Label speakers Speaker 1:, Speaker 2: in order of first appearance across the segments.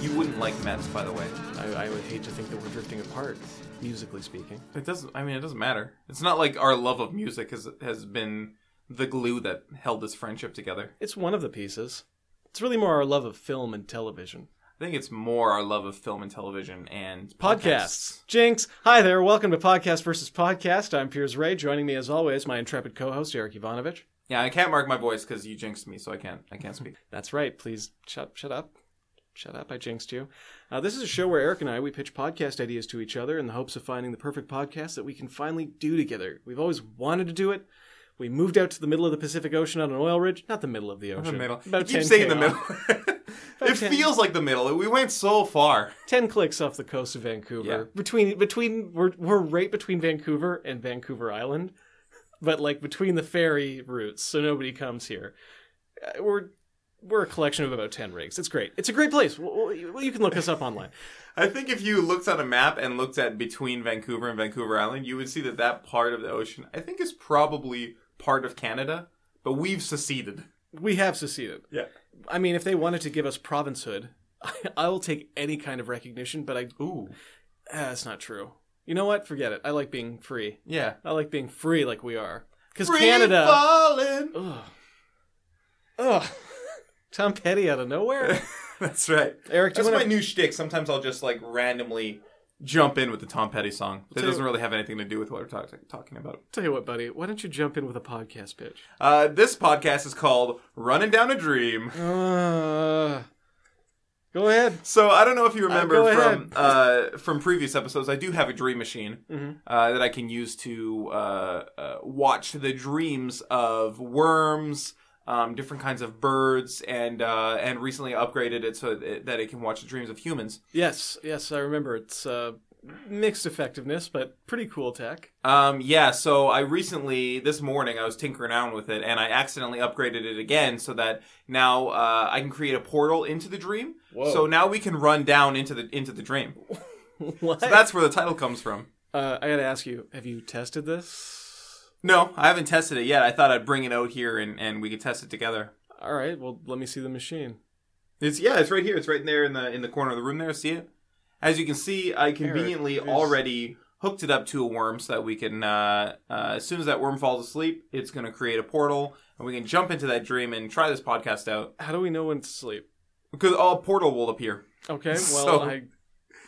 Speaker 1: You wouldn't like Mets, by the way.
Speaker 2: I, I would hate to think that we're drifting apart, musically speaking.
Speaker 1: It doesn't. I mean, it doesn't matter. It's not like our love of music has has been the glue that held this friendship together.
Speaker 2: It's one of the pieces. It's really more our love of film and television.
Speaker 1: I think it's more our love of film and television and
Speaker 2: Podcasts. Jinx. Hi there. Welcome to Podcast versus Podcast. I'm Piers Ray. Joining me, as always, my intrepid co host, Eric Ivanovich.
Speaker 1: Yeah, I can't mark my voice because you jinxed me, so I can't. I can't speak.
Speaker 2: That's right. Please shut, shut up. Shut up. I jinxed you. Uh, this is a show where Eric and I, we pitch podcast ideas to each other in the hopes of finding the perfect podcast that we can finally do together. We've always wanted to do it. We moved out to the middle of the Pacific Ocean on an oil rig. Not the middle of the
Speaker 1: The
Speaker 2: ocean.
Speaker 1: middle.
Speaker 2: About
Speaker 1: you keep
Speaker 2: 10
Speaker 1: saying the
Speaker 2: km.
Speaker 1: middle. it
Speaker 2: 10.
Speaker 1: feels like the middle. We went so far.
Speaker 2: 10 clicks off the coast of Vancouver.
Speaker 1: Yeah.
Speaker 2: Between between we're we're right between Vancouver and Vancouver Island, but like between the ferry routes, so nobody comes here. Uh, We're we're a collection of about 10 rigs. It's great. It's a great place. Well, you well, you can look us up online.
Speaker 1: I think if you looked on a map and looked at between Vancouver and Vancouver Island, you would see that that part of the ocean, I think, is probably part of Canada, but we've seceded.
Speaker 2: We have seceded.
Speaker 1: Yeah.
Speaker 2: I mean, if they wanted to give us provincehood, I, I will take any kind of recognition, but I
Speaker 1: Ooh.
Speaker 2: ah, that's not true. You know what? Forget it. I like being free.
Speaker 1: Yeah.
Speaker 2: I like being free like we are. Cuz
Speaker 1: Free
Speaker 2: Canada
Speaker 1: falling.
Speaker 2: Ugh. Ugh. Tom Petty out of nowhere.
Speaker 1: That's right.
Speaker 2: Eric, do you
Speaker 1: That's my
Speaker 2: want to?
Speaker 1: new shtick. Sometimes I'll just like randomly jump in with the Tom Petty song. That
Speaker 2: tell you-
Speaker 1: doesn't really have anything to do with what we're talk- talking about.
Speaker 2: Tell you what, buddy. Why don't you jump in with a podcast pitch?
Speaker 1: Uh, this podcast is called "Running Down a Dream."
Speaker 2: Uh, go ahead.
Speaker 1: So I don't know if you remember
Speaker 2: go
Speaker 1: from uh, from previous episodes. I do have a dream machine
Speaker 2: Mhm.
Speaker 1: uh, that I can use to uh, uh, watch the dreams of worms, um, different kinds of birds, and uh, and recently upgraded it so that it, that it can watch the dreams of humans.
Speaker 2: Yes, yes, I remember. It's uh, mixed effectiveness, but pretty cool tech.
Speaker 1: Um, yeah, so I recently, this morning, I was tinkering around with it and I accidentally upgraded it again so that now uh, I can create a portal into the dream.
Speaker 2: Whoa.
Speaker 1: So now we can run down into the into the dream.
Speaker 2: what?
Speaker 1: So that's where the title comes from.
Speaker 2: uh, I gotta ask you: Have you tested this?
Speaker 1: No, I haven't tested it yet. I thought I'd bring it out here and, and we could test it together.
Speaker 2: All right. Well, let me see the machine.
Speaker 1: It's yeah, it's right here. It's right there in the in the corner of the room there. See it? As you can see, I conveniently
Speaker 2: there's-
Speaker 1: already hooked it up to a worm so that we can uh, uh, as soon as that worm falls asleep, it's going to create a portal and we can jump into that dream and try this podcast out
Speaker 2: How do we know when to sleep?
Speaker 1: because all portal will appear
Speaker 2: Okay. Well,
Speaker 1: So-
Speaker 2: I.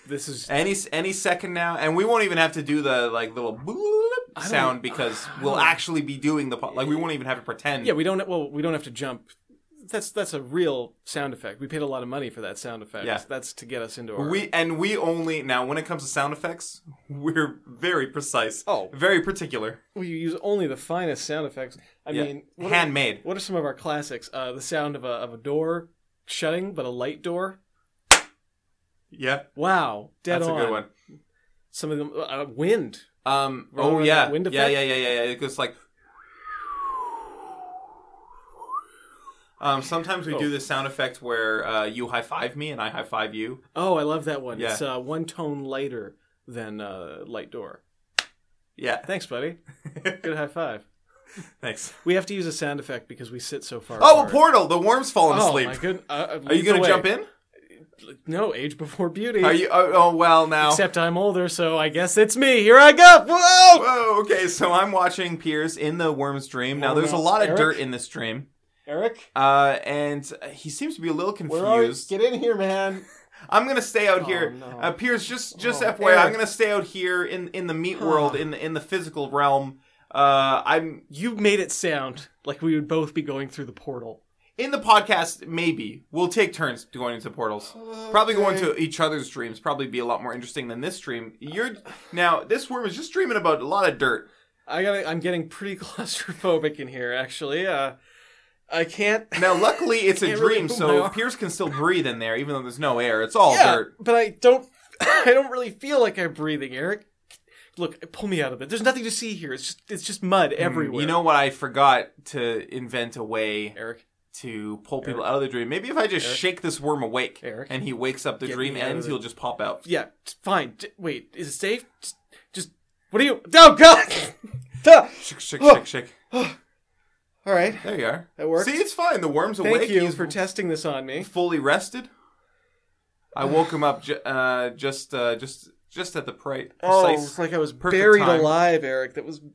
Speaker 2: This is.
Speaker 1: any any second now and we won't even have to do the like little bloop
Speaker 2: don't- e-,
Speaker 1: sound because we'll actually be doing the po- like we won't even have to pretend
Speaker 2: Yeah, we don't. Well, we don't have to jump. That's that's a real sound effect. We paid a lot of money for that sound effect.
Speaker 1: Yeah.
Speaker 2: that's to get us into our.
Speaker 1: we and we only now when it comes to sound effects we're very precise
Speaker 2: Oh.
Speaker 1: very particular
Speaker 2: we use only the finest sound effects. I
Speaker 1: Yeah.
Speaker 2: mean, what are,
Speaker 1: handmade
Speaker 2: what are some of our classics? Uh, the sound of a of a door shutting, but a light door.
Speaker 1: yeah
Speaker 2: Wow, dead
Speaker 1: That's
Speaker 2: on.
Speaker 1: a good one.
Speaker 2: Some of them. Uh, wind.
Speaker 1: Um.
Speaker 2: Remember
Speaker 1: Oh
Speaker 2: that
Speaker 1: yeah.
Speaker 2: wind
Speaker 1: yeah.
Speaker 2: effect?
Speaker 1: Yeah. Yeah. Yeah. Yeah. It goes like. Um. Sometimes we
Speaker 2: Oh.
Speaker 1: do this sound effect where uh, you high five me and I high five you.
Speaker 2: Oh, I love that one.
Speaker 1: Yeah.
Speaker 2: It's uh, one tone lighter than uh, light door.
Speaker 1: Yeah.
Speaker 2: Thanks, buddy. good high five.
Speaker 1: Thanks.
Speaker 2: We have to use a sound effect because we sit so far.
Speaker 1: Oh, a
Speaker 2: apart.
Speaker 1: portal. The worm's falling
Speaker 2: Oh
Speaker 1: asleep.
Speaker 2: my good. Uh,
Speaker 1: Are you gonna jump in?
Speaker 2: No, age before beauty.
Speaker 1: Are you? Oh, oh well. Now.
Speaker 2: Except I'm older, so I guess it's me. Here I go. Whoa!
Speaker 1: Whoa. Oh, Okay. So I'm watching Piers in the worm's dream. Now
Speaker 2: Oh,
Speaker 1: there's
Speaker 2: no.
Speaker 1: a lot of
Speaker 2: Eric?
Speaker 1: dirt in this dream.
Speaker 2: Eric,
Speaker 1: Uh, and he seems to be a little
Speaker 2: where are you?
Speaker 1: confused.
Speaker 2: Get in here, man.
Speaker 1: I'm gonna stay out here.
Speaker 2: Oh, no.
Speaker 1: Uh, Piers, just just
Speaker 2: Oh,
Speaker 1: FYI, I'm
Speaker 2: Eric.
Speaker 1: gonna stay out here in in the meat
Speaker 2: Huh.
Speaker 1: world, in the in the physical realm. Uh, I'm
Speaker 2: You made it sound like we would both be going through the portal.
Speaker 1: in the podcast. Maybe we'll take turns going into portals. Probably going to each other's dreams. Probably be a lot more interesting than this dream. You're now this worm is just dreaming about a lot of dirt.
Speaker 2: I got. I'm getting pretty claustrophobic in here, actually. Uh, I can't.
Speaker 1: Now, luckily, it's a
Speaker 2: Can't really
Speaker 1: dream,
Speaker 2: move my
Speaker 1: so
Speaker 2: arm.
Speaker 1: Piers can still breathe in there, even though there's no air. It's all
Speaker 2: yeah,
Speaker 1: dirt.
Speaker 2: but I don't. I don't really feel like I'm breathing, Eric. Look, pull me out of it. There's nothing to see here. It's just. It's just mud everywhere.
Speaker 1: Mm, You know what? I forgot to invent a way
Speaker 2: Eric.
Speaker 1: to pull people out of the dream. Maybe if I just shake this worm awake
Speaker 2: Eric.
Speaker 1: and he wakes up, the
Speaker 2: Get
Speaker 1: dream
Speaker 2: me out of
Speaker 1: ends,
Speaker 2: the-
Speaker 1: he'll just pop out.
Speaker 2: yeah, t- fine. J- wait, is it safe? Just, just what are you? No, go. Duh.
Speaker 1: Shake, shake, shake, shake.
Speaker 2: All right.
Speaker 1: There you are.
Speaker 2: That worked.
Speaker 1: See, it's fine. The worm's
Speaker 2: Thank
Speaker 1: awake.
Speaker 2: you
Speaker 1: He's
Speaker 2: for testing this on me.
Speaker 1: fully rested. I woke him up ju- uh, just uh, just just at the pri-
Speaker 2: Oh,
Speaker 1: precise.
Speaker 2: it's like I was
Speaker 1: perfect
Speaker 2: buried
Speaker 1: time.
Speaker 2: alive, Eric. That was. Can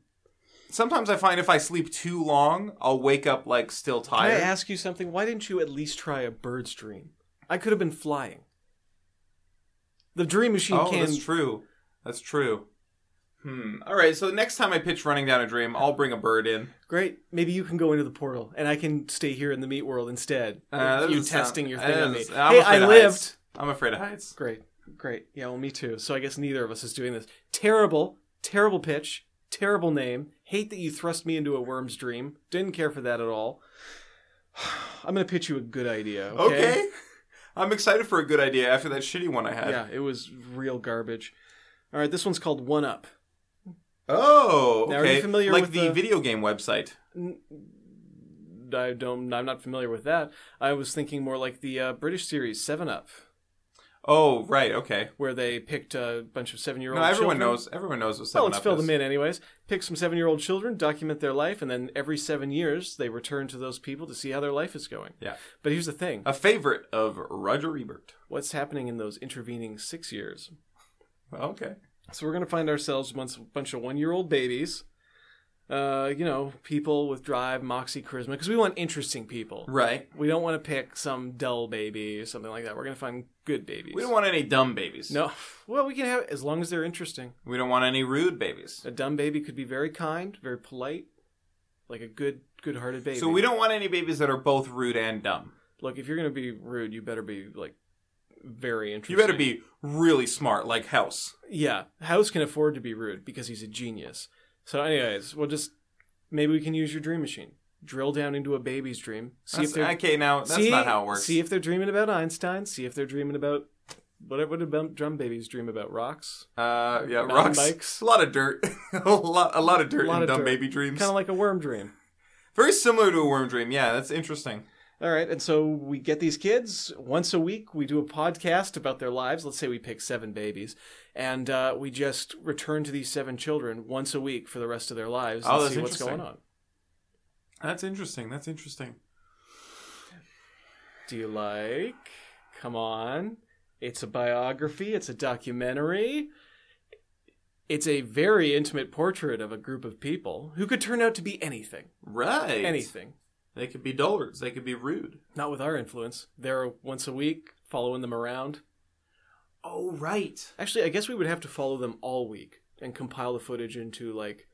Speaker 1: Sometimes I find if I sleep too long, I'll wake up like still
Speaker 2: I
Speaker 1: tired.
Speaker 2: ask you something? Why didn't you at least try a bird's dream? I could have been flying. The dream machine
Speaker 1: oh,
Speaker 2: can.
Speaker 1: that's true. That's true. Hmm. All right. So the next time I pitch running down a dream, I'll bring a bird in.
Speaker 2: Great. Maybe you can go into the portal, and I can stay here in the meat world instead.
Speaker 1: Uh, that
Speaker 2: you
Speaker 1: doesn't sound-
Speaker 2: testing your
Speaker 1: that
Speaker 2: thing on me.
Speaker 1: doesn't- I'm
Speaker 2: hey,
Speaker 1: afraid
Speaker 2: I
Speaker 1: of
Speaker 2: lived.
Speaker 1: heights. I'm afraid of heights.
Speaker 2: Great, great. Yeah, well, me too. So I guess neither of us is doing this. Terrible, terrible pitch, terrible name. Hate that you thrust me into a worm's dream. Didn't care for that at all. I'm gonna pitch you a good idea.
Speaker 1: Okay.
Speaker 2: Okay.
Speaker 1: I'm excited for a good idea after that shitty one I had.
Speaker 2: Yeah, it was real garbage. All right, this one's called One Up.
Speaker 1: Oh, okay.
Speaker 2: Now, are you familiar
Speaker 1: like
Speaker 2: with
Speaker 1: the,
Speaker 2: the-
Speaker 1: video game website?
Speaker 2: I don't. I'm not familiar with that. I was thinking more like the uh, British series Seven Up,
Speaker 1: Oh, right. Okay.
Speaker 2: where they picked a bunch of seven-year-old.
Speaker 1: No, everyone
Speaker 2: children.
Speaker 1: knows. Everyone knows what
Speaker 2: Well,
Speaker 1: Seven
Speaker 2: let's
Speaker 1: Up
Speaker 2: fill
Speaker 1: is.
Speaker 2: Oh, them in anyways. Pick some seven year old children, document their life, and then every seven years they return to those people to see how their life is going.
Speaker 1: Yeah.
Speaker 2: But here's the thing Uh,
Speaker 1: A favorite of Roger Ebert.
Speaker 2: what's happening in those intervening six years?
Speaker 1: Okay.
Speaker 2: So we're going to find ourselves a bunch- bunch of one year old babies, uh, you know, people with drive, moxie, charisma, because we want interesting people.
Speaker 1: Right.
Speaker 2: We don't want to pick some dull baby or something like that. We're going to find good babies.
Speaker 1: We don't want any dumb babies.
Speaker 2: No. Well, we can have, as long as they're interesting.
Speaker 1: We don't want any rude babies.
Speaker 2: A dumb baby could be very kind, very polite, like a good, good hearted baby.
Speaker 1: So we don't want any babies that are both rude and dumb.
Speaker 2: look, if you're gonna be rude, you better be like very interesting.
Speaker 1: You better be really smart, like House.
Speaker 2: Yeah, House can afford to be rude because he's a genius. So, anyways, we'll just maybe we can use your dream machine. Drill down into a baby's dream. See
Speaker 1: That's-
Speaker 2: if they're
Speaker 1: okay, now that's
Speaker 2: see-
Speaker 1: not how it works.
Speaker 2: See if they're dreaming about Einstein. See if they're dreaming about what would a bum- drum babies dream about? Rocks.
Speaker 1: uh, yeah,
Speaker 2: Mountain
Speaker 1: rocks.
Speaker 2: bikes.
Speaker 1: A lot of dirt. a lot, a lot of dirt
Speaker 2: Lot
Speaker 1: and
Speaker 2: of
Speaker 1: dumb
Speaker 2: dirt.
Speaker 1: baby dreams.
Speaker 2: Kind of like a worm dream.
Speaker 1: Very similar to a worm dream. Yeah, that's interesting.
Speaker 2: All right, and so we get these kids once a week. We do a podcast about their lives. Let's say we pick seven babies, and uh, we just return to these seven children once a week for the rest of their lives
Speaker 1: Oh,
Speaker 2: and
Speaker 1: that's
Speaker 2: see what's
Speaker 1: interesting.
Speaker 2: going on.
Speaker 1: That's interesting. That's interesting.
Speaker 2: Do you like? Come on, it's a biography. It's a documentary. It's a very intimate portrait of a group of people who could turn out to be anything.
Speaker 1: Right.
Speaker 2: Anything.
Speaker 1: They could be dullards. They could be rude.
Speaker 2: Not with our influence. They're once a week following them around.
Speaker 1: Oh, right.
Speaker 2: Actually, I guess we would have to follow them all week and compile the footage into like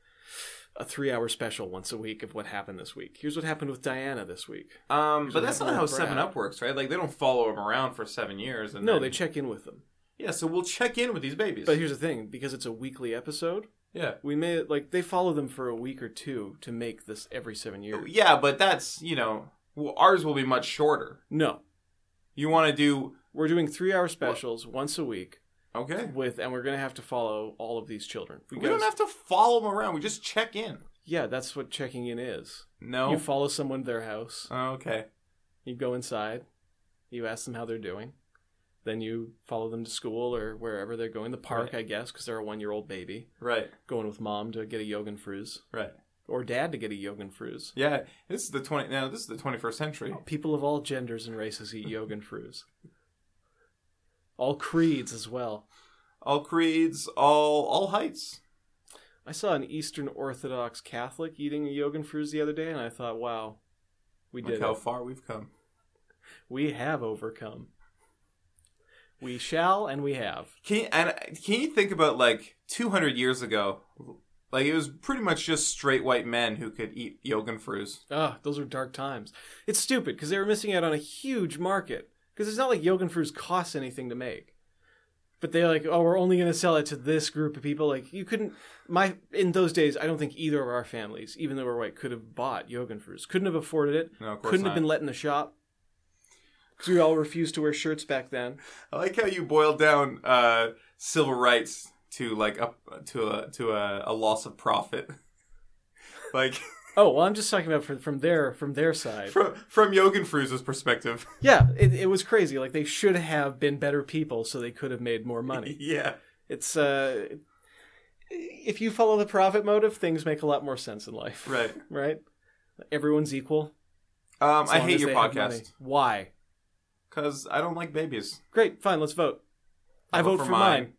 Speaker 2: a three-hour special once a week of what happened this week. Here's what happened with Diana this week.
Speaker 1: Um, but
Speaker 2: Usually
Speaker 1: that's
Speaker 2: they
Speaker 1: not how
Speaker 2: don't
Speaker 1: Seven
Speaker 2: brag.
Speaker 1: Up works, right? Like they don't follow them around for seven years. And
Speaker 2: No,
Speaker 1: then-
Speaker 2: they check in with them.
Speaker 1: yeah. So we'll check in with these babies.
Speaker 2: But here's the thing: because it's a weekly episode,
Speaker 1: yeah.
Speaker 2: we may like they follow them for a week or two to make this every seven years.
Speaker 1: Oh, Yeah, but that's you know well, ours will be much shorter.
Speaker 2: No,
Speaker 1: You want to do
Speaker 2: we're doing three-hour specials once a week
Speaker 1: okay?
Speaker 2: with, and we're gonna have to follow all of these children.
Speaker 1: We don't have to follow them around. We just check in.
Speaker 2: Yeah, that's what checking in is.
Speaker 1: No.
Speaker 2: You follow someone to their house.
Speaker 1: okay.
Speaker 2: You go inside, you ask them how they're doing, then you follow them to school or wherever they're going, the park, I guess, because they're a one year old baby,
Speaker 1: Right.
Speaker 2: going with mom to get a Jugendfruz
Speaker 1: Right.
Speaker 2: or dad to get a Jugendfruz.
Speaker 1: Yeah. This is the twenty. Now this is the twenty-first century.
Speaker 2: People of all genders and races eat Jugendfruz. All creeds as well.
Speaker 1: All creeds. All all heights.
Speaker 2: I saw an Eastern Orthodox Catholic eating a Jugendfruz the other day, and I thought, wow, we
Speaker 1: Look
Speaker 2: did
Speaker 1: how
Speaker 2: it.
Speaker 1: far we've come.
Speaker 2: We have overcome. We shall and we have.
Speaker 1: Can you, and uh, can you think about like 200 years ago? Like it was pretty much just straight white men who could eat Jugendfruz.
Speaker 2: Ah, those were dark times. It's stupid because they were missing out on a huge market. Because it's not like Jugendfruz costs anything to make. But they're like, oh, we're only going to sell it to this group of people. Like, you couldn't. My in those days, I don't think either of our families, even though we're white, could have bought Jugendfruz. Couldn't have afforded it.
Speaker 1: No, of course
Speaker 2: Couldn't
Speaker 1: not.
Speaker 2: have been let in the shop. Because we all refused to wear shirts back then.
Speaker 1: I like how you boiled down uh, civil rights to like up to a to a, a loss of profit. Like
Speaker 2: Oh well, I'm just talking about from, from their from their side.
Speaker 1: from from Jugendfruz's perspective.
Speaker 2: Yeah, it, it was crazy. Like they should have been better people, so they could have made more money.
Speaker 1: yeah.
Speaker 2: It's uh if you follow the profit motive, things make a lot more sense in life.
Speaker 1: Right.
Speaker 2: Right? Everyone's equal.
Speaker 1: Um,
Speaker 2: as
Speaker 1: I
Speaker 2: long
Speaker 1: hate
Speaker 2: as
Speaker 1: your
Speaker 2: they have money.
Speaker 1: podcast.
Speaker 2: Why?
Speaker 1: because I don't like babies.
Speaker 2: Great, fine, let's vote. I vote, for mine.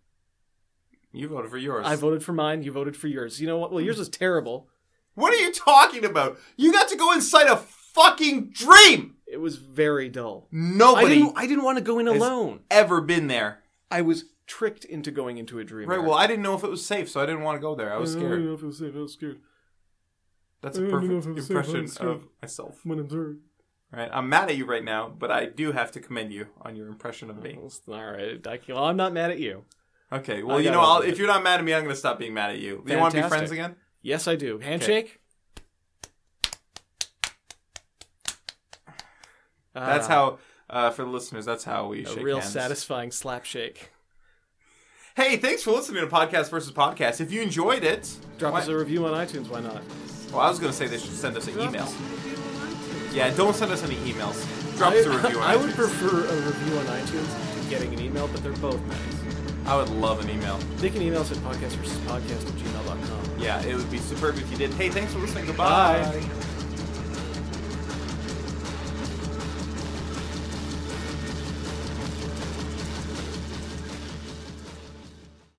Speaker 1: You voted for yours.
Speaker 2: I voted for mine. You voted for yours. You know what? Well, yours was terrible.
Speaker 1: what are you talking about? You got to go inside a fucking dream.
Speaker 2: It was very dull. I
Speaker 1: Nobody
Speaker 2: didn't. I didn't want to go in
Speaker 1: It's-
Speaker 2: alone.
Speaker 1: ever been there.
Speaker 2: I was tricked into going into a dream.
Speaker 1: Right.
Speaker 2: era.
Speaker 1: Well, I didn't know if it was safe, so I didn't want to go there. I was
Speaker 2: I don't
Speaker 1: scared.
Speaker 2: know if it was safe. I was scared.
Speaker 1: That's a
Speaker 2: I don't Mm, know if
Speaker 1: perfect
Speaker 2: it was safe. I
Speaker 1: impression
Speaker 2: was scared.
Speaker 1: of myself.
Speaker 2: When I'm through.
Speaker 1: Right. I'm mad at you right now, but I do have to commend you on your impression of me.
Speaker 2: All right, I- well, I'm not mad at you.
Speaker 1: Okay. Well,
Speaker 2: I
Speaker 1: you
Speaker 2: got
Speaker 1: know, I'll,
Speaker 2: over it.
Speaker 1: if you're not mad at me, I'm going to stop being mad at you. You want to be
Speaker 2: Fantastic.
Speaker 1: friends again?
Speaker 2: Yes, I do. Handshake.
Speaker 1: That's
Speaker 2: Ah,
Speaker 1: how. Uh, for the listeners, that's how we
Speaker 2: a
Speaker 1: shake
Speaker 2: real
Speaker 1: hands.
Speaker 2: satisfying slap shake.
Speaker 1: Hey, thanks for listening to Podcast versus Podcast. If you enjoyed it,
Speaker 2: Drop
Speaker 1: why-
Speaker 2: us a review on iTunes. Why not?
Speaker 1: well, I was going to say they should send us an email. Yeah, don't send us any emails. Drop
Speaker 2: I,
Speaker 1: us a review. on
Speaker 2: I would
Speaker 1: iTunes.
Speaker 2: prefer a review on iTunes to getting an email, but they're both nice.
Speaker 1: I would love an email.
Speaker 2: They can email us at podcast versus podcast at gmail.com.
Speaker 1: Yeah, it would be superb if you did. Hey, thanks for listening. Goodbye.
Speaker 2: Bye.